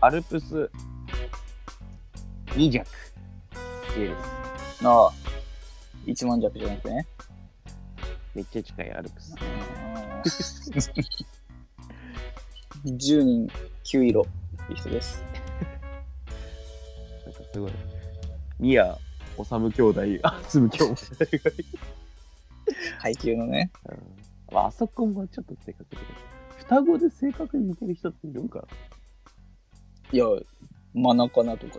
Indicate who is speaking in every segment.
Speaker 1: アルプス2弱っていうです。
Speaker 2: ああ。一万弱じゃなく てね。
Speaker 1: めっちゃ近いアルプス。
Speaker 2: 10人9色っていう人です。
Speaker 1: なんかすごい。ミア、オサム兄弟、あつむ兄弟がいる。
Speaker 2: 配給のね。
Speaker 1: うんまあ、あそこもちょっと性格的だけど。双子で性格に似てる人っているんか
Speaker 2: いや、マナカナとか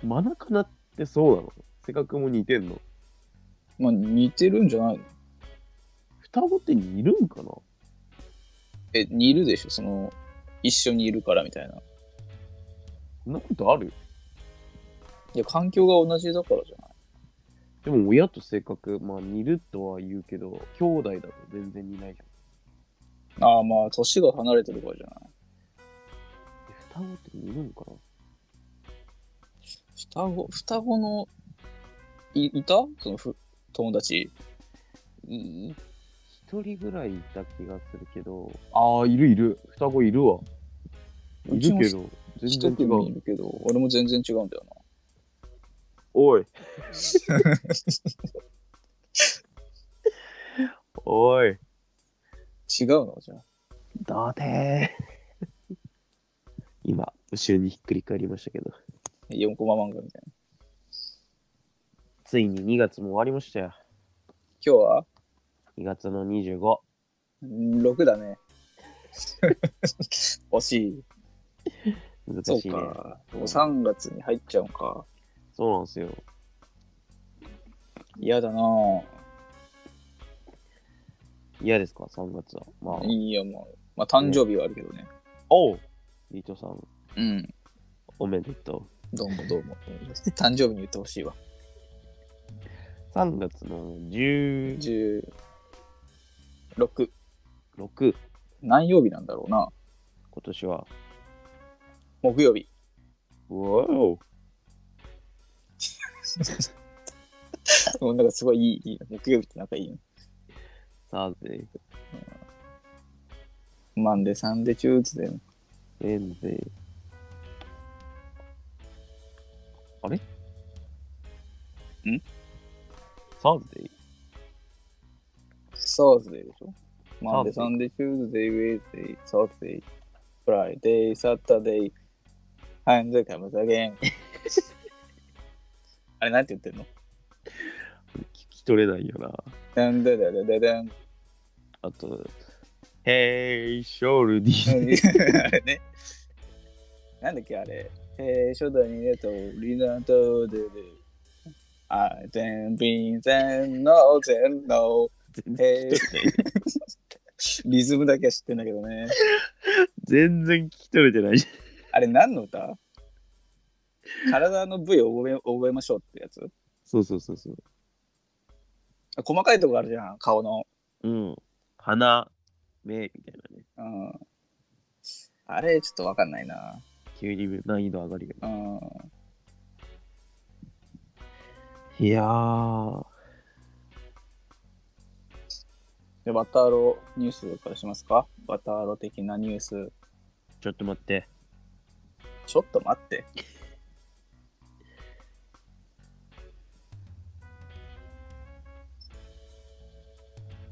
Speaker 2: じ
Speaker 1: マナカナってそうなの性格も似てんの
Speaker 2: ゃん。まあ似てるんじゃないの
Speaker 1: 双子って似るんかな
Speaker 2: え、似るでしょその、一緒にいるからみたいな。い
Speaker 1: そんなことある
Speaker 2: や、環境が同じだからじゃない
Speaker 1: でも親と性格、まあ似るとは言うけど、兄弟だと全然似ないじゃん。
Speaker 2: ああ、まあ、年が離れてるからじゃない
Speaker 1: え双子って似るんかな
Speaker 2: 双子、双子の、いいたそのふ友達。
Speaker 1: いい一人ぐらいいた気がするけど、ああ、いるいる。双子いるわ。いるけど、
Speaker 2: 一
Speaker 1: 全然違。
Speaker 2: 組いうるけど、俺も全然違うんだよな。
Speaker 1: おい。 おい。
Speaker 2: 違うのじゃあ。
Speaker 1: どうで今、後ろにひっくり返りましたけど。
Speaker 2: 4コマ漫画みたいな。
Speaker 1: ついに2月も終わりましたよ。
Speaker 2: 今日は
Speaker 1: 2月の25。
Speaker 2: うん6だ ね。惜しい。
Speaker 1: 難しい
Speaker 2: そ
Speaker 1: ね
Speaker 2: う。か。もう3月に入っちゃうんか。
Speaker 1: そうなんですよ。
Speaker 2: 嫌だなぁ。
Speaker 1: 嫌ですか、3月は。まあ、
Speaker 2: いいや、もう。まあ、誕生日はあるけどね。
Speaker 1: おう伊藤さん、
Speaker 2: うん。
Speaker 1: おめでと
Speaker 2: どうもどうも。誕生日に言ってほしいわ。
Speaker 1: う。3月の16。
Speaker 2: 16。何曜日なんだろうな。
Speaker 1: 今年は。
Speaker 2: 木曜 日。
Speaker 1: わお
Speaker 2: もうなんかすごいいい、いいな木曜日ってなんかいいよ。
Speaker 1: さて、
Speaker 2: マンデー、サンデー、チューズデーの。
Speaker 1: えんぜ。あれ
Speaker 2: ん
Speaker 1: サーズデイ
Speaker 2: サーズデーでしょマンデー、
Speaker 1: サ
Speaker 2: サ
Speaker 1: ー
Speaker 2: ンデー、チューズデー、ウェイズデー、サーズデー、フライデー、サッタデー、ハンズ、カムザゲン。 あれ、なんて言ってんの
Speaker 1: 聞き取れないよな。
Speaker 2: ダンダダダダ ダン。
Speaker 1: あと、ヘイショルディ。
Speaker 2: あれね。なんだっけあれ。えー、初代にねと、リナとでで。あ、全便全能全能。えー、リズムだけは知ってんだけどね。
Speaker 1: 全然聞き取れてないじ
Speaker 2: あれ何の歌体の部位を覚え覚えましょうってやつ
Speaker 1: そうそうそうそう。
Speaker 2: あ細かいとこあるじゃん、顔の。
Speaker 1: うん。鼻、目みたいなね。
Speaker 2: うん。あれ、ちょっとわかんないな。
Speaker 1: 急に難易度上がるよね。
Speaker 2: うん。
Speaker 1: いやー、
Speaker 2: で、バターロニュースからしますかバターロ的なニュース。
Speaker 1: ちょっと待って。
Speaker 2: ちょっと待って。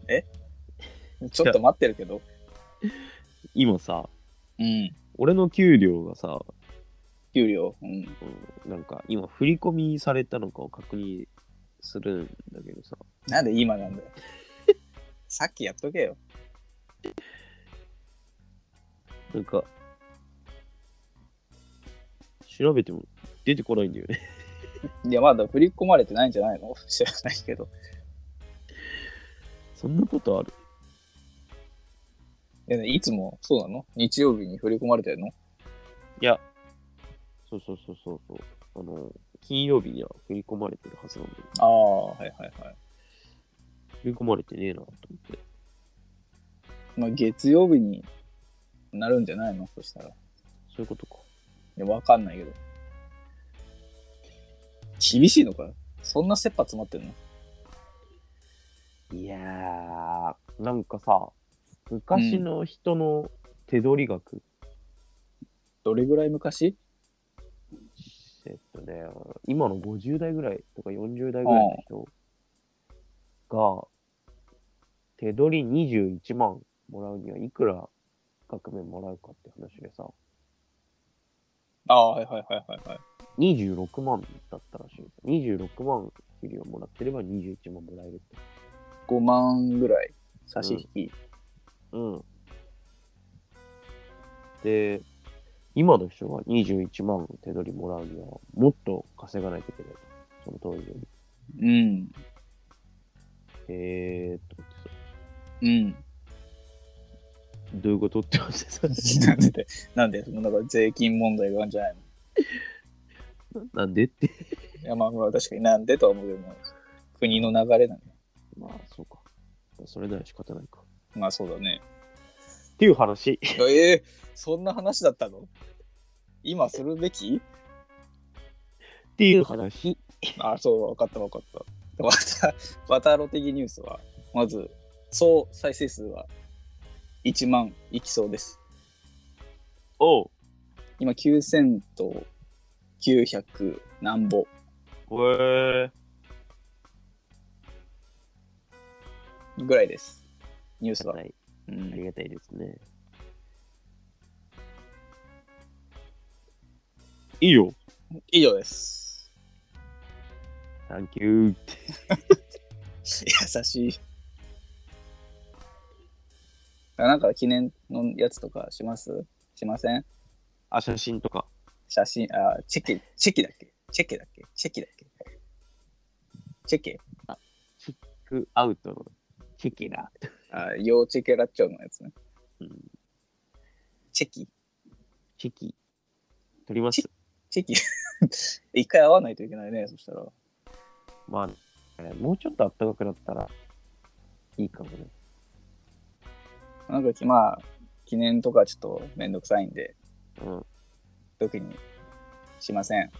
Speaker 2: えちょっと待ってるけど。
Speaker 1: 今さ、
Speaker 2: うん。
Speaker 1: 俺の給料がさ、
Speaker 2: 給料。うん。
Speaker 1: うんなんか今振り込みされたのかを確認するんだけどさ、
Speaker 2: なんで今なんだよ。さっきやっとけよ。
Speaker 1: なんか、調べても出てこないんだよね。
Speaker 2: いや、まだ振り込まれてないんじゃないの 知らないけど。
Speaker 1: そんなことある
Speaker 2: いやいつもそうなの日曜日に振り込まれてるの
Speaker 1: いや、そうそうそうそうそう。あの、金曜日には振り込まれてるはずなんだけど、
Speaker 2: ああ、はいはいはい。
Speaker 1: 振り込まれてねえなと思って。
Speaker 2: まあ、月曜日になるんじゃないのそしたら。い
Speaker 1: そういうことか。
Speaker 2: や、わかんないけど。厳しいのかそんな切羽詰まってんの
Speaker 1: いやー、なんかさ、昔の人の手取り額
Speaker 2: どれぐらい昔
Speaker 1: えっとね、今の50代ぐらいとか40代ぐらいの人が、手取り21万もらうにはいくら額面もらうかって話でさ、
Speaker 2: ああ、はいはいはいはいはい。
Speaker 1: 26万だったらしいんですよ。26万給料もらってれば21万もらえるって。
Speaker 2: 5万ぐらい差し引き。
Speaker 1: うん。で、今の人が21万手取りもらうには、もっと稼がないといけないと。その当時より。
Speaker 2: うん。
Speaker 1: えーっと思ってさ、
Speaker 2: うん。
Speaker 1: どういうことって話でさ、
Speaker 2: なんで、なんで、そのなんか税金問題があるんじゃないの
Speaker 1: なんでって。
Speaker 2: いや、まあまあ確かになんでとは思うけども、国の流れなんだ。
Speaker 1: まあ、そうか。それなら仕方ないか。
Speaker 2: まあそうだね。
Speaker 1: っていう話。
Speaker 2: ええそんな話だったの今するべき
Speaker 1: っていう話。
Speaker 2: あ、そう、分かった分かった。また、バタロ的ニュースは、まず、総再生数は1万いきそうです。
Speaker 1: おう。
Speaker 2: 今9000と900なんぼ。
Speaker 1: へえ。
Speaker 2: ぐらいです。ニュースは
Speaker 1: は。い。あ
Speaker 2: うん、
Speaker 1: りがたいですね。いいよ。
Speaker 2: 以上です。
Speaker 1: サンキュー。
Speaker 2: 優しい。なんか記念のやつとかしますしません
Speaker 1: あ、写真とか。
Speaker 2: 写真、あ、チェキ、チェキだっけチェキだっけチェキだっけチェキ
Speaker 1: クアウトのチェキラ。
Speaker 2: あ、幼チェケラッチョのやつね。
Speaker 1: うん
Speaker 2: チェキ
Speaker 1: チェキ。撮ります。
Speaker 2: チェキ 一回会わないといけないね、そしたら。
Speaker 1: まあ、もうちょっと暖かくなったらいいかもね。
Speaker 2: なんかき、まあ、記念とかちょっとめんどくさいんで、
Speaker 1: うん。
Speaker 2: 特にしません。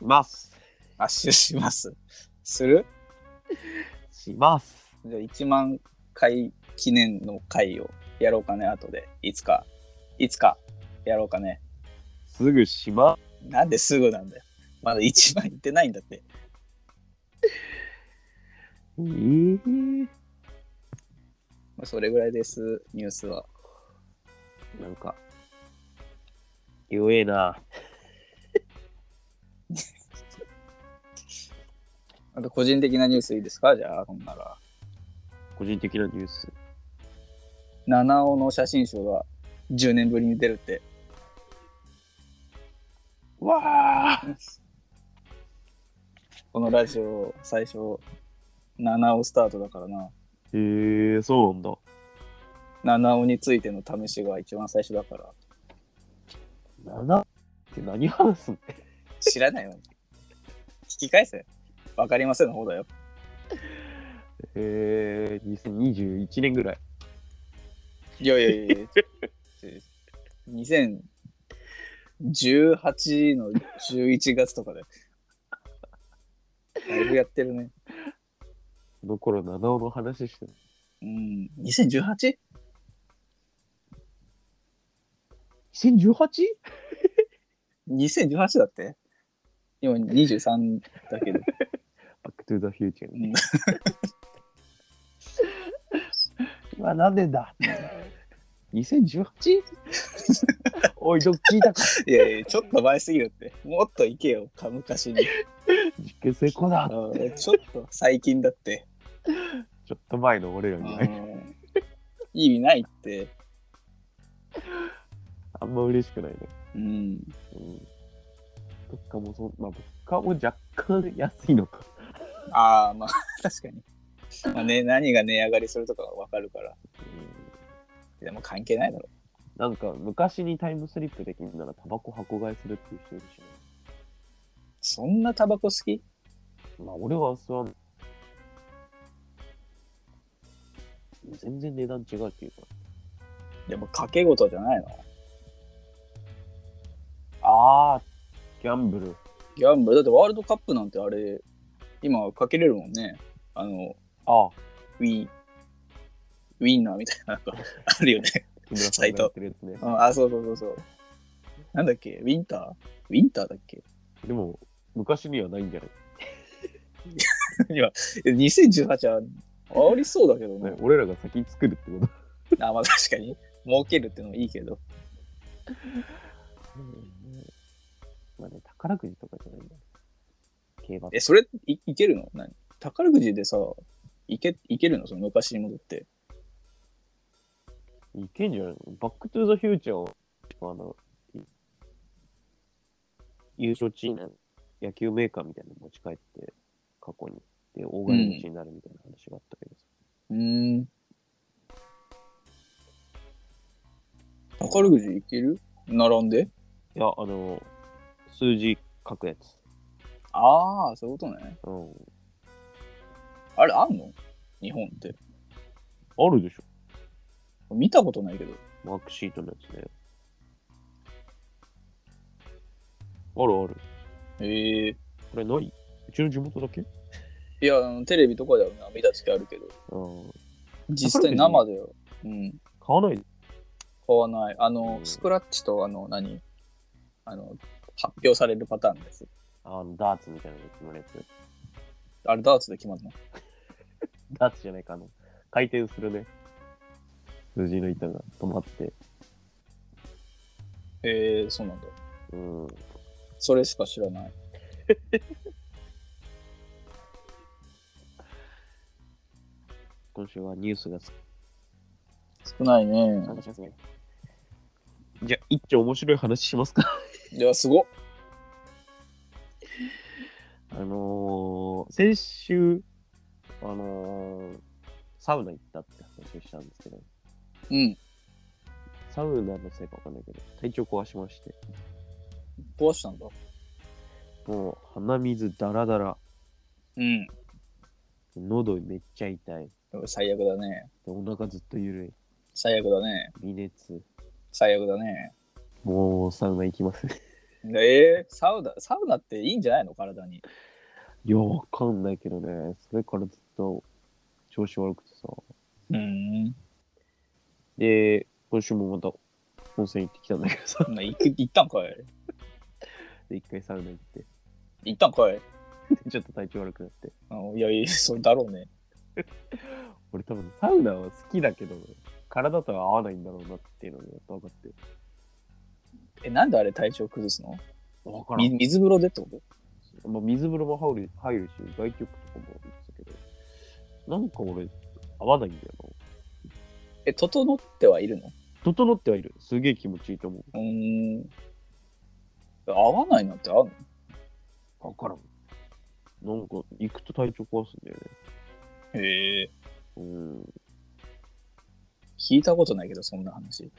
Speaker 1: ます。
Speaker 2: 圧縮します。する
Speaker 1: します。
Speaker 2: じゃあ1万回記念の回をやろうかね、後で。いつか、いつかやろうかね。
Speaker 1: すぐしま
Speaker 2: なんですぐなんだよ。まだ1万いってないんだって。
Speaker 1: えー、
Speaker 2: まあ、それぐらいです、ニュースは。
Speaker 1: なんか、弱えな。
Speaker 2: あと個人的なニュースいいですかじゃあ、こんなら。
Speaker 1: 個人的なニュース。
Speaker 2: 七尾の写真集が10年ぶりに出るって。
Speaker 1: わあ
Speaker 2: このラジオ、最初、七尾スタートだからな。
Speaker 1: へえー、そうなんだ。
Speaker 2: 七尾についての試しが一番最初だから。
Speaker 1: 7って何話すん
Speaker 2: 知らないよ。聞き返せ。わかりませんの方だよ。
Speaker 1: えー、2021年ぐらい。
Speaker 2: いやいやいやいや。2018の11月とかで。だいぶやってるね。
Speaker 1: その頃七尾の話してる。
Speaker 2: うん。2018?
Speaker 1: 2018?
Speaker 2: 2018だって今23だけど。
Speaker 1: バックトゥーザフュー チャー
Speaker 2: うん
Speaker 1: ね。うわ、何年だ ?2018? おい、どっ聞いたか。
Speaker 2: いやいや、ちょっと前すぎるって。もっと行けよ、か昔に。
Speaker 1: 実験成功だ。
Speaker 2: うんちょっと最近だって。
Speaker 1: ちょっと前の俺ら
Speaker 2: う
Speaker 1: には、
Speaker 2: ん 意味ないって。
Speaker 1: あんま嬉しくないね。
Speaker 2: うん。
Speaker 1: うん。物価もそ、まあ、物価も若干安いのか。
Speaker 2: ああ、まあ、 確かに。まあね、何が値上がりするとかわかるから。
Speaker 1: うん
Speaker 2: でも関係ないだろ。
Speaker 1: なんか昔にタイムスリップできるならタバコ箱買いするっていう人いるしね。
Speaker 2: そんなタバコ好き
Speaker 1: まあ俺は吸わん。全然値段違うっていうか。
Speaker 2: でも賭け事じゃないの
Speaker 1: ああ、ギャンブル。
Speaker 2: ギャンブル。だってワールドカップなんてあれ、今かけれるもんね。あの、
Speaker 1: ああ、
Speaker 2: ウィン、ウィンナーみたいなのがあるよね。
Speaker 1: 木村さんがやってるやつね。
Speaker 2: うんあ、そうそうそうそう。なんだっけウィンターウィンターだっけ
Speaker 1: でも、昔にはないんじゃない、
Speaker 2: ?2018 はありそうだけどね
Speaker 1: ね。俺らが先作るってこと。
Speaker 2: あ、まあ確かに。儲けるってのもいいけど。
Speaker 1: まあね、宝くじとかじゃないんだよ。競馬とか
Speaker 2: え、それいいけるの何宝くじでさ、いけいけるのその昔に戻って。
Speaker 1: いけんじゃないのバックトゥーザフューチャーあの、い優勝チーム、野球メーカーみたいなの持ち帰って、過去に。で、大金持ちになるみたいな話があったけどさ、
Speaker 2: うーん。宝くじいける並んで
Speaker 1: いや、あの、数字書くやつ。
Speaker 2: ああ、そういうことね。
Speaker 1: うん。
Speaker 2: あれ、あんの日本って。
Speaker 1: あるでしょ。
Speaker 2: 見たことないけど。
Speaker 1: マークシートのやつね。あるある。
Speaker 2: へえ
Speaker 1: これないうちの地元だけ
Speaker 2: いや、あのテレビとかでは見た時あるけど、
Speaker 1: うん。
Speaker 2: 実際生では、うん、
Speaker 1: 買わないで。
Speaker 2: 買わない。あの
Speaker 1: う、ん
Speaker 2: スクラッチと、あの、何あの、発表されるパターンのやつ。
Speaker 1: あの、ダーツみたいなやつのやつ。
Speaker 2: あれ、ダーツで決まるの
Speaker 1: ダーツじゃないかあの回転するね。数字の板が止まって。
Speaker 2: へえそうなんだ。
Speaker 1: うん。
Speaker 2: それしか知らない。
Speaker 1: 今週はニュースが少
Speaker 2: 少ないね。
Speaker 1: なですね。じゃあ、一丁面白い話しますか。
Speaker 2: では、すごっ
Speaker 1: あのー、先週、あのー、サウナ行ったって話をしたんですけど、
Speaker 2: うん。
Speaker 1: サウナのせいかわかんないけど、体調壊しまして、
Speaker 2: 壊したんだ。
Speaker 1: もう鼻水ダラダラ、
Speaker 2: うん。
Speaker 1: 喉めっちゃ痛い、で
Speaker 2: 最悪だね。
Speaker 1: お腹ずっとゆるい、
Speaker 2: 最悪だね。
Speaker 1: 微熱、
Speaker 2: 最悪だね。
Speaker 1: もうサウナ行きます。
Speaker 2: えー、サウナ、サウナっていいんじゃないの体に。
Speaker 1: いや、わかんないけどね。それからずっと調子悪くてさ。
Speaker 2: うん。
Speaker 1: で、今週もまた温泉行ってきたんだけどさ。
Speaker 2: な行く行ったんかい
Speaker 1: で、一回サウナ行って。
Speaker 2: 行ったんかい
Speaker 1: でちょっと体調悪くなって。
Speaker 2: あのいや、いやそうだろうね。
Speaker 1: 俺多分サウナは好きだけど、体とは合わないんだろうなっていうのがやっぱ分かって。
Speaker 2: え、なんであれ体調崩すの
Speaker 1: わか
Speaker 2: み
Speaker 1: ん。
Speaker 2: 水風呂でってこと
Speaker 1: まあ、水風呂も入る入るし、外局とかも行ってたけど、なんか俺、合わないんだよな。
Speaker 2: え、整ってはいるの
Speaker 1: 整ってはいる。すげえ気持ちいいと思
Speaker 2: うーん。合わないなんてあんの
Speaker 1: う。わからん。なんか、行くと体調壊すんだよね。
Speaker 2: へえ。
Speaker 1: うん。
Speaker 2: 聞いたことないけど、そんな話。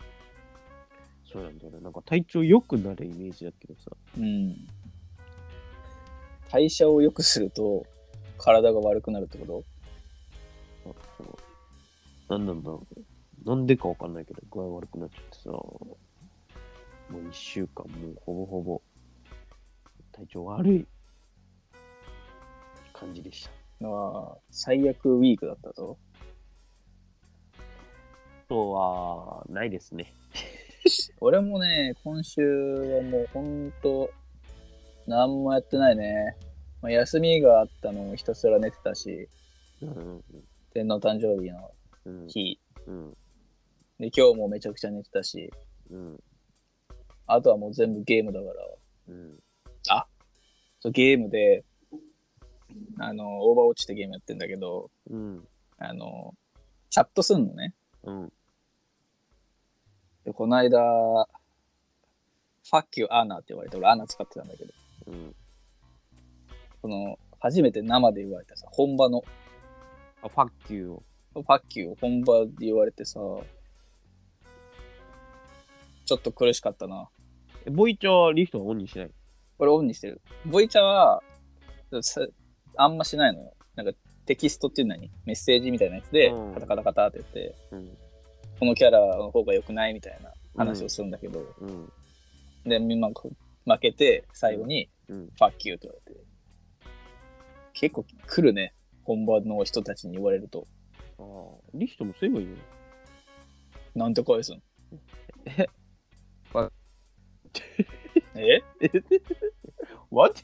Speaker 1: そうなんだよね。なんか体調良くなるイメージだけどさ。
Speaker 2: うん。代謝を良くすると、体が悪くなるってこと
Speaker 1: あそのなんなんだろうね。なんでかわかんないけど、具合悪くなっちゃってさ。もう1週間、もうほぼほぼ、体調悪い感じでした。
Speaker 2: ああ、最悪ウィークだったと。
Speaker 1: とは、ないですね。
Speaker 2: 俺もね、今週はもうほんと、なんもやってないね。まあ、休みがあったのもひたすら寝てたし、
Speaker 1: うん。
Speaker 2: 天皇誕生日の
Speaker 1: うん。
Speaker 2: 日。
Speaker 1: うん。
Speaker 2: で、今日もめちゃくちゃ寝てたし、
Speaker 1: うん。
Speaker 2: あとはもう全部ゲームだから、
Speaker 1: うん。
Speaker 2: そうゲームで、あの、オーバーウォッチってゲームやってんだけど、
Speaker 1: うん。
Speaker 2: あの、チャットすんのね。
Speaker 1: うん。
Speaker 2: で、この間、ファッキュアナって言われて、俺アナ使ってたんだけど、
Speaker 1: うん。
Speaker 2: その、初めて生で言われたさ、本場の、
Speaker 1: あ、ファッキューを。
Speaker 2: ファッキュを本場で言われてさ、ちょっと苦しかったな。
Speaker 1: え、ボイチャーはリフトはオンにしない。
Speaker 2: 俺オンにしてる。ボイチャは、さあんましないのよ。なんかテキストっていうのにメッセージみたいなやつで
Speaker 1: うん、
Speaker 2: カタカタカタってやって、
Speaker 1: うん。
Speaker 2: このキャラの方が良くないみたいな話をするんだけど、
Speaker 1: うん。
Speaker 2: で、みんなこう負けて、最後に、
Speaker 1: うん。
Speaker 2: ファッキューって言われて。結構来るね、本場の人たちに言われると。
Speaker 1: ああ、リフトもすればいいよ。
Speaker 2: なんて返すのえ
Speaker 1: What?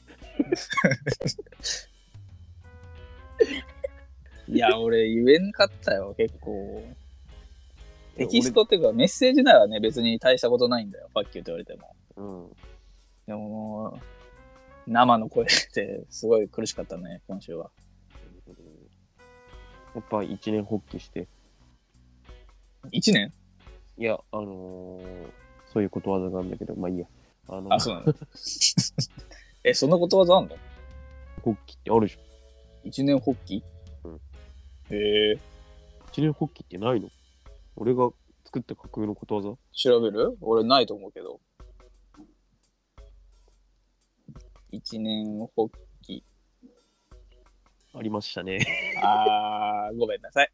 Speaker 2: いや、俺言えんかったよ、結構。テキストっていうか、メッセージならね、別に大したことないんだよ、ファッキュって言われても。
Speaker 1: うん。
Speaker 2: でももう、生の声ってすごい苦しかったね、今週は。
Speaker 1: やっぱ一年発起して、
Speaker 2: 1年
Speaker 1: いや、あのーそういうことわざがあるんだけど、まあいいや。あの、
Speaker 2: あ、そうなの。 え、そんなことわざあんの
Speaker 1: 発起ってあるでしょ。
Speaker 2: 一年発起
Speaker 1: うん
Speaker 2: へえ。
Speaker 1: 一年発起ってないの俺が作った架空のことわざ
Speaker 2: 調べる俺ないと思うけど。一年発起。
Speaker 1: ありました ね。
Speaker 2: あー、ごめんなさい。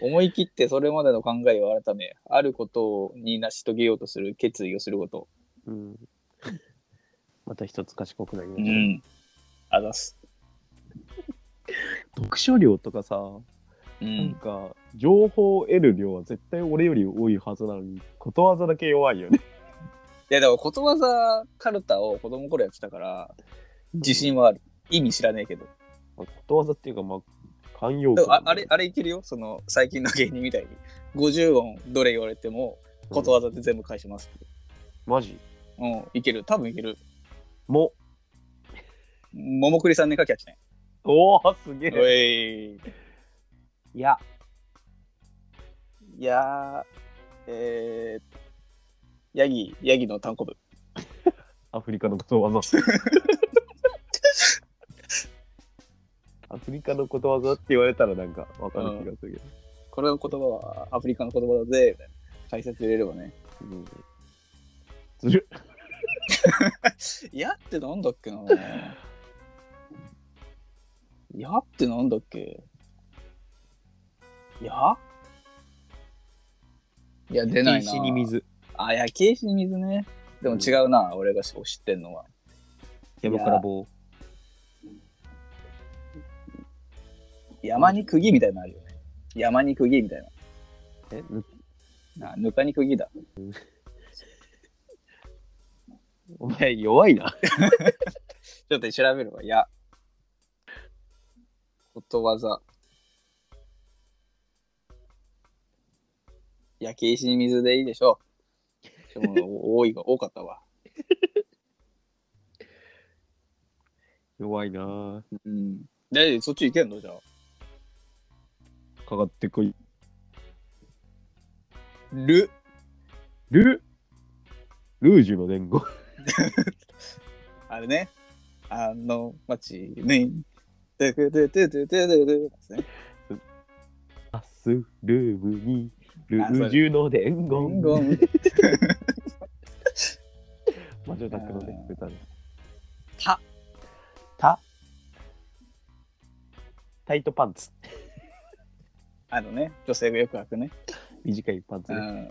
Speaker 2: 思い切ってそれまでの考えを改め、あることに成し遂げようとする決意をすること。
Speaker 1: うん。また一つ賢くなりま
Speaker 2: う
Speaker 1: した。
Speaker 2: ん。あざっす。
Speaker 1: 読書量とかさ、
Speaker 2: う
Speaker 1: なん
Speaker 2: ん。
Speaker 1: か、情報を得る量は絶対俺より多いはずなのに、ことわざだけ弱いよね。
Speaker 2: いや、でも、ことわざカルタを子供の頃やってたから、自信はある。意味知らねえけど。
Speaker 1: ことわざっていうか、まあ、慣用
Speaker 2: で
Speaker 1: 句
Speaker 2: もああれ、あれいけるよ。その、最近の芸人みたいに。50音どれ言われても、ことわざで全部返しますって。
Speaker 1: マジ
Speaker 2: うん、いける。多分いける。
Speaker 1: も。
Speaker 2: 桃栗さんねかきゃちね。
Speaker 1: おおすげ
Speaker 2: お
Speaker 1: え。
Speaker 2: い。
Speaker 1: いや、
Speaker 2: いやー、えー、ヤギ、ヤギの単行部。
Speaker 1: アフリカのことわ ざ。アフリカのことわざって言われたらなんかわかる気がするけど。
Speaker 2: これの言葉はアフリカの言葉だぜ、みたいな。解説入れればね。
Speaker 1: うんずるっ
Speaker 2: やってなんだっけ なやってなんだっけやいや、出ないな。
Speaker 1: 石に水。
Speaker 2: あ、焼き石に水ね。でも違うな、俺が知ってんのは。
Speaker 1: 山から棒。
Speaker 2: 山に釘みたいなのあるよね。山に釘みたい
Speaker 1: え、ぬ
Speaker 2: な。あ、ぬかに釘だ。
Speaker 1: お前弱いな。
Speaker 2: ちょっと調べるわ。いや。ことわざ。焼け石に水でいいでしょう。でも多いが多かったわ。
Speaker 1: 弱いな。
Speaker 2: うん。で、そっち行けんのじゃあ。
Speaker 1: かかってこい。
Speaker 2: る。
Speaker 1: ルルージュの伝言。
Speaker 2: あれね。あの街ね。ででででででででですね。
Speaker 1: アスルームにルージュの伝
Speaker 2: ゴン
Speaker 1: 言。
Speaker 2: ゴン。
Speaker 1: 魔女宅の伝言だね。
Speaker 2: た。
Speaker 1: た。タイトパンツ。
Speaker 2: あのね、女性がよく履くね。
Speaker 1: 短いパンツ
Speaker 2: う
Speaker 1: ね。
Speaker 2: ん。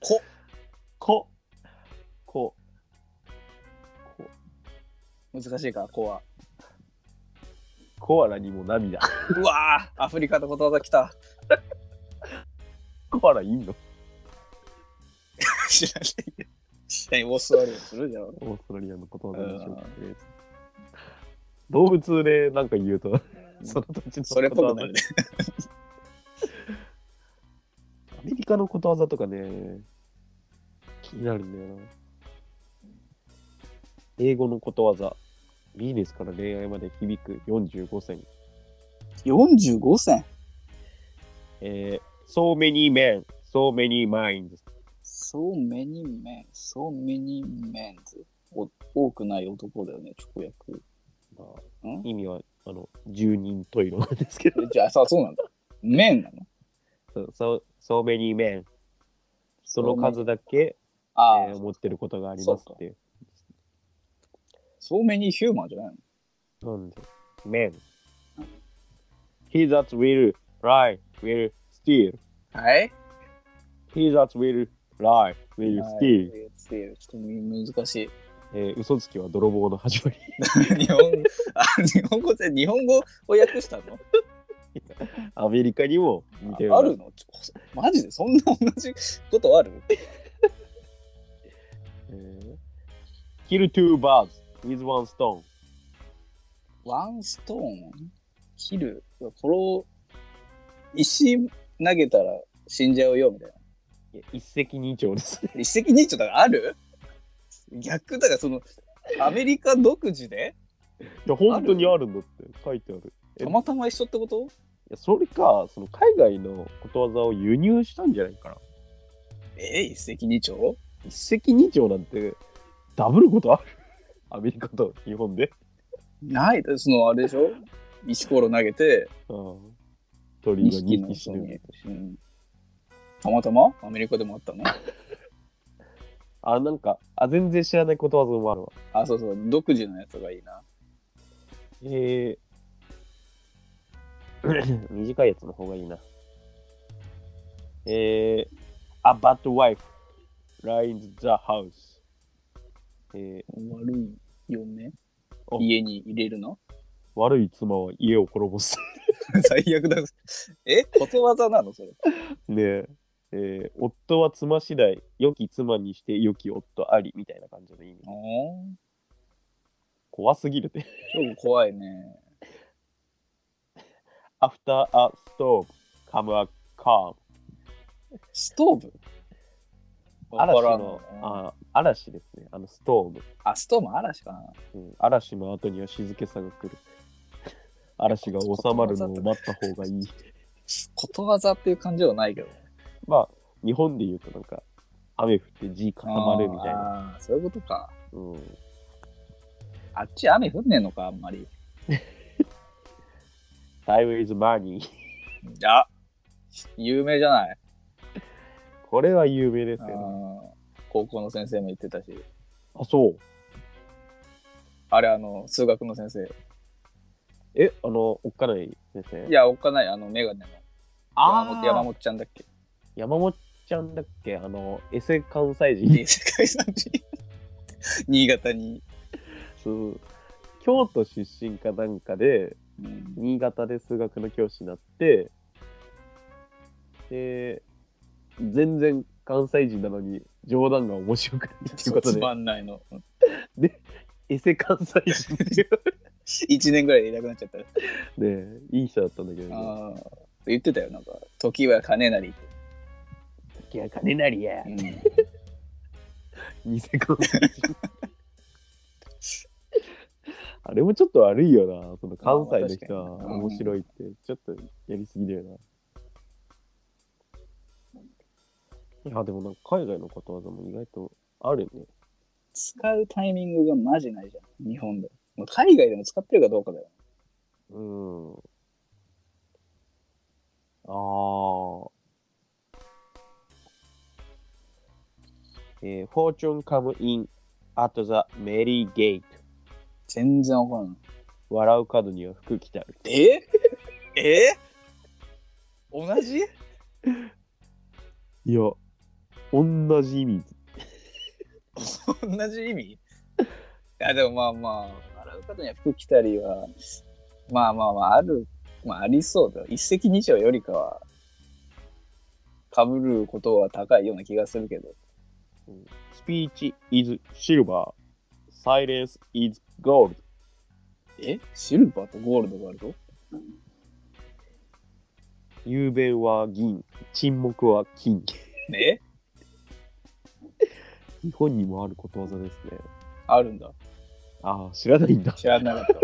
Speaker 2: こ。
Speaker 1: こ、こ、こ、
Speaker 2: 難しいから、こは。
Speaker 1: コアラにも涙。
Speaker 2: うわーアフリカのことわざ来た。
Speaker 1: コアラいんの
Speaker 2: 知らないけど。何オーストラリアにするじゃん。
Speaker 1: オーストラリアのことわざでしょうかね。動物でなんか言うと、その土地
Speaker 2: そ
Speaker 1: の
Speaker 2: れっ
Speaker 1: こと
Speaker 2: ぽ
Speaker 1: わ
Speaker 2: く
Speaker 1: ざ
Speaker 2: なる。ね。
Speaker 1: アメリカのことわざとかね、気になるんだよな。英語のことわざ。ビジネスから恋愛まで響く45選。
Speaker 2: 45銭
Speaker 1: えー、so many men, so many minds.
Speaker 2: ?So many men, so many men. お多くない男だよね、直訳。
Speaker 1: まあ
Speaker 2: ん
Speaker 1: 意味は、あの、十人十色なんですけど。
Speaker 2: えじゃあ、さそうなんだ。men なの
Speaker 1: so, so, so many men. その数だけ、
Speaker 2: あ
Speaker 1: え
Speaker 2: あ
Speaker 1: ー、持ってることがありますっていう。
Speaker 2: so many human じゃない
Speaker 1: な
Speaker 2: の
Speaker 1: んで、men. He that will lie will steal.
Speaker 2: はい
Speaker 1: He that will lie will
Speaker 2: はい
Speaker 1: steal.
Speaker 2: steal ちょっと難しい。
Speaker 1: えー、嘘つきは泥棒の始まり。
Speaker 2: 日本あ日本語って日本語を訳したの
Speaker 1: アメリカにも似て
Speaker 2: あるのちょマジでそんな同じことある
Speaker 1: キル two birds with one stone
Speaker 2: ワンストーン切るこロ石投げたら死んじゃうよみたいな。
Speaker 1: いや一石二鳥ですね
Speaker 2: 一石二鳥だからある逆だからそのアメリカ独自で
Speaker 1: いや本当にあるんだって書いてあるえ
Speaker 2: たまたま一緒ってこと
Speaker 1: いやそれかその海外のことわざを輸入したんじゃないかな
Speaker 2: え一石二鳥
Speaker 1: 一石二鳥なんてダブることある アメリカと日本で、
Speaker 2: ないそのあれでしょ石ころ投げて、
Speaker 1: うん、鳥
Speaker 2: 2
Speaker 1: が
Speaker 2: 匹
Speaker 1: 2
Speaker 2: の
Speaker 1: 匹死
Speaker 2: 人
Speaker 1: ぬ
Speaker 2: に。うんたまたまアメリカでもあったの
Speaker 1: あなんかあ全然知らないことわざもあるわ
Speaker 2: あ、そうそう、独自のやつがいいな。
Speaker 1: えー、 短いやつの方がいいな。えー、A bad wife lines the house. えー、
Speaker 2: 悪い嫁
Speaker 1: あ
Speaker 2: 家に入れるの
Speaker 1: 悪い妻は家を滅ぼす。
Speaker 2: 最悪だ。えことわざなのそれ。
Speaker 1: ねええー夫は妻次第、良き妻にして良き夫ありみたいな感じの意味。
Speaker 2: おー
Speaker 1: 怖すぎるね。
Speaker 2: ちょっと怖いね。
Speaker 1: After a storm, come a calm.
Speaker 2: ストーブ
Speaker 1: 嵐
Speaker 2: わからん
Speaker 1: のあ嵐ですね。あのストーム。
Speaker 2: あ、ストーブ嵐かな。
Speaker 1: うん嵐の後には静けさが来る。嵐が収まるのを待った方がいい。
Speaker 2: ことわざっていう感じはないけど。
Speaker 1: まあ、日本で言うとなんか、雨降って地固まるみたいな。
Speaker 2: あーそういうことか。
Speaker 1: うん、
Speaker 2: あっち雨降んねえのか、あんまり。
Speaker 1: Time is money。
Speaker 2: あ有名じゃない。
Speaker 1: これは有名です
Speaker 2: あ
Speaker 1: よね。
Speaker 2: ー高校の先生も言ってたし。
Speaker 1: あ、そう。
Speaker 2: あれ、あの、数学の先生。
Speaker 1: え、あの、おっかない先生。
Speaker 2: いや、おっかない、あの、メガネの。山本山
Speaker 1: 山本。
Speaker 2: 本ちゃんだっけ
Speaker 1: 山本ちゃんだっけあの、エセ関西人。
Speaker 2: で世界遺産地 新潟に、
Speaker 1: そう京都出身かなんかで、
Speaker 2: うん
Speaker 1: 新潟で数学の教師になって、で、全然関西人なのに冗談が面白くないっていうこと
Speaker 2: つ
Speaker 1: で、
Speaker 2: まんないのうん
Speaker 1: エセ関西人っていう。
Speaker 2: 一年ぐらいでいなくなっちゃった、
Speaker 1: ねえ、いい人だったんだけど、ね、
Speaker 2: あー言ってたよなんか「時は金なりって
Speaker 1: いや、金なりや」
Speaker 2: う。ん
Speaker 1: 偽関西人。 あれもちょっと悪いよな、その関西の人は
Speaker 2: まあ確かにな
Speaker 1: 面白いって、ちょっとやりすぎだよな。いや、でもなんか海外のことわざも意外とあるね。
Speaker 2: 使うタイミングがマジないじゃん日本で、まあ、海外でも使ってるかどうかだよ
Speaker 1: うん。ああ。えー、fortune come in at the merry gate.
Speaker 2: 全然わからん
Speaker 1: 笑う角には福来たる。
Speaker 2: ええ同じ
Speaker 1: いや、同じ意味。
Speaker 2: 同じ意味いやでもまあまあ洗う方には服着たりはまあまあまああるまあありそうだよ一石二鳥よりかはかぶることは高いような気がするけど
Speaker 1: Speech is silver. Silence is gold.
Speaker 2: えシルバーとゴールドがあると
Speaker 1: 雄弁は銀。沈黙は金。
Speaker 2: ね
Speaker 1: 日本にもあることわざですね。
Speaker 2: あるんだ
Speaker 1: ああ、知らないんだ。
Speaker 2: 知らな かったわ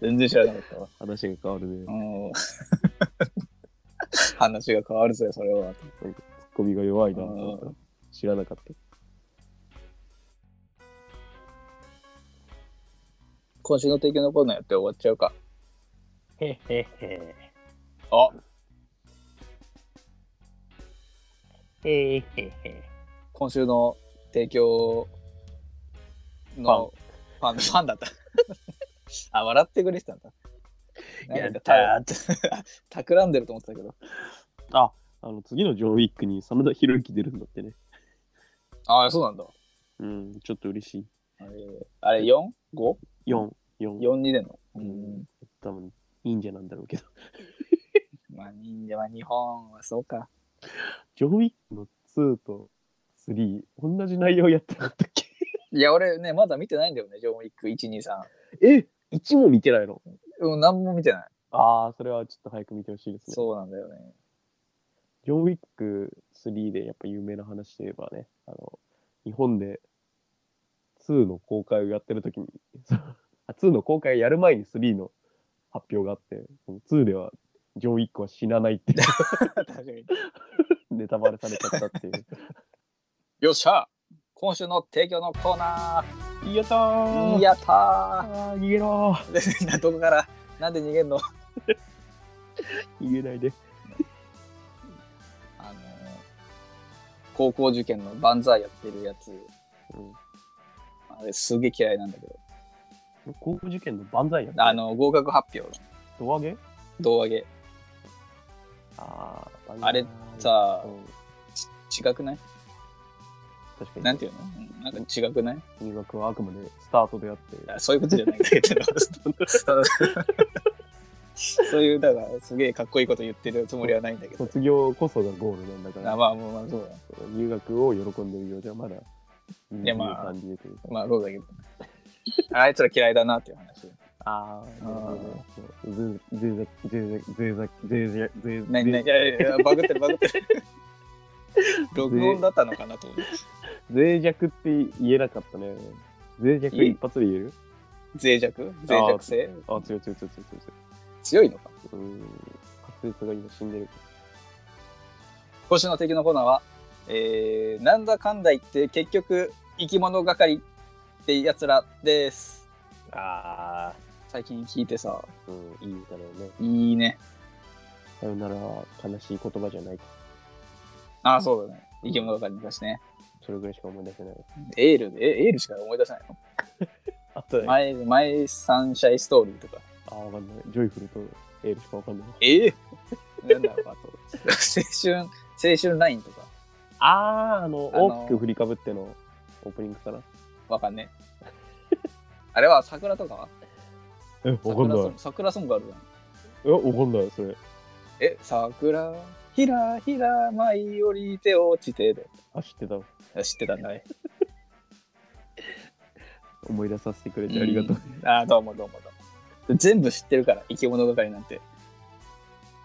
Speaker 2: 全然知らなかったわ
Speaker 1: 話が変わるね。
Speaker 2: う
Speaker 1: ツ
Speaker 2: ん話が変わるぜそれは
Speaker 1: ッコミが弱いな
Speaker 2: う。ん
Speaker 1: 知らなかった。
Speaker 2: 今週の提供のコーナーやって終わっちゃうか
Speaker 1: へへへ。
Speaker 2: あ
Speaker 1: へへへ。
Speaker 2: 今週の提供のパンパンだった あ笑ってくれてたんだ
Speaker 1: やった
Speaker 2: なんかた 企んでると思ってたけど
Speaker 1: あ、あの、次のジョンウィックに真田広之出るんだってね。
Speaker 2: ああそうなんだ
Speaker 1: うん、ちょっと嬉しい。
Speaker 2: あれあれ 4?5?4
Speaker 1: 4、4。
Speaker 2: に出んの、
Speaker 1: うん多分、忍者なんだろうけど。
Speaker 2: まあ、忍者は日本はそうか。
Speaker 1: ジョーウィックの2と3、同じ内容やってなかったっけ
Speaker 2: いや、俺ね、まだ見てないんだよね、ジョン・ウィック1、2、3。
Speaker 1: え ?1 も見てないの
Speaker 2: うん、何も見てない。
Speaker 1: ああ、それはちょっと早く見てほしいですね。
Speaker 2: そうなんだ よね。
Speaker 1: ジョン・ウィック3でやっぱ有名な話といえばね、あの、日本で2の公開をやってる時に、 そうあ2の公開をやる前に3の発表があって、その2ではジョン・ウィックは死なないっていう
Speaker 2: 確かに。
Speaker 1: ネタバレされちゃったっていう。
Speaker 2: よっしゃ今週の提供のコーナ
Speaker 1: やったー
Speaker 2: ーやったー
Speaker 1: あー逃げろー
Speaker 2: などこからなんで逃げんの
Speaker 1: 逃げないで。
Speaker 2: あのー高校受験の万歳やってるやつ、
Speaker 1: うん
Speaker 2: あれすげえ嫌いなんだけど、
Speaker 1: 高校受験の万歳やん。
Speaker 2: あ、の合格発表の
Speaker 1: 胴上げ
Speaker 2: 胴上げ
Speaker 1: あー
Speaker 2: あれ
Speaker 1: 万歳
Speaker 2: さ
Speaker 1: うん
Speaker 2: 違くない
Speaker 1: 確かに。
Speaker 2: なんていうのうんなんか違くない
Speaker 1: 入学はあくまでスタートであって、
Speaker 2: あそういうことじゃないんだけどそういうだからすげえかっこいいこと言ってるつもりはないんだけど
Speaker 1: 卒業こそがゴールなんだか
Speaker 2: あ
Speaker 1: ら、
Speaker 2: まあもうまあそうだ
Speaker 1: 入学を喜んでるようじゃまだ、
Speaker 2: やまあ
Speaker 1: 23流というか。
Speaker 2: まあそうだけどあいつら嫌いだなっていう話
Speaker 1: あ
Speaker 2: あ
Speaker 1: ー、ぜぜぜぜぜぜぜぜぜ
Speaker 2: 何何いやいやいやバグってるバ グってる録音だったのかなと思って
Speaker 1: 脆弱って言えなかったね。脆弱一発で言える
Speaker 2: 脆弱脆弱性
Speaker 1: あ、強い強い強い強い強い。
Speaker 2: 強いのか
Speaker 1: うーん、滑舌が今死んでる。
Speaker 2: 今週の敵のコーナーは、えー、なんだかんだ言って結局生き物係ってやつらです
Speaker 1: あ
Speaker 2: 最近聞いてさ
Speaker 1: あ、うん、いい歌だよね。
Speaker 2: いいね
Speaker 1: さよならは悲しい言葉じゃない。
Speaker 2: ああそうだね生き物係に出してね
Speaker 1: それぐらいしか思い出せない。
Speaker 2: エールえエールしか思い出せないの
Speaker 1: あとあ
Speaker 2: マイマイサンシャインストーリーとか
Speaker 1: あー、わかんない。ジョイフルとエールしかわかんない。
Speaker 2: ええなんだろうあと青春青春ラインとか
Speaker 1: ああ、あの、
Speaker 2: あの
Speaker 1: 大きく振りかぶってのオープニングかな。
Speaker 2: わかんねえあれは桜とかは
Speaker 1: え、わかんない。
Speaker 2: 桜ソングあるじ
Speaker 1: え、
Speaker 2: ゃん
Speaker 1: わかんない、それ。
Speaker 2: え桜ひらひら舞い降りて落ちてで
Speaker 1: あ、知ってた。
Speaker 2: 知ってたんだね
Speaker 1: 思い出させてくれてありがとう。
Speaker 2: あーどうもどうもどうも全部知ってるから生き物係なんて